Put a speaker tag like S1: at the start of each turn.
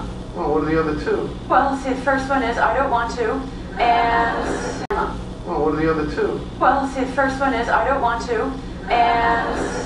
S1: what are the other two?
S2: Well, see, the first one is I don't want to, and
S1: Well, what are the other two?
S2: well, see, the first one is I don't want to, and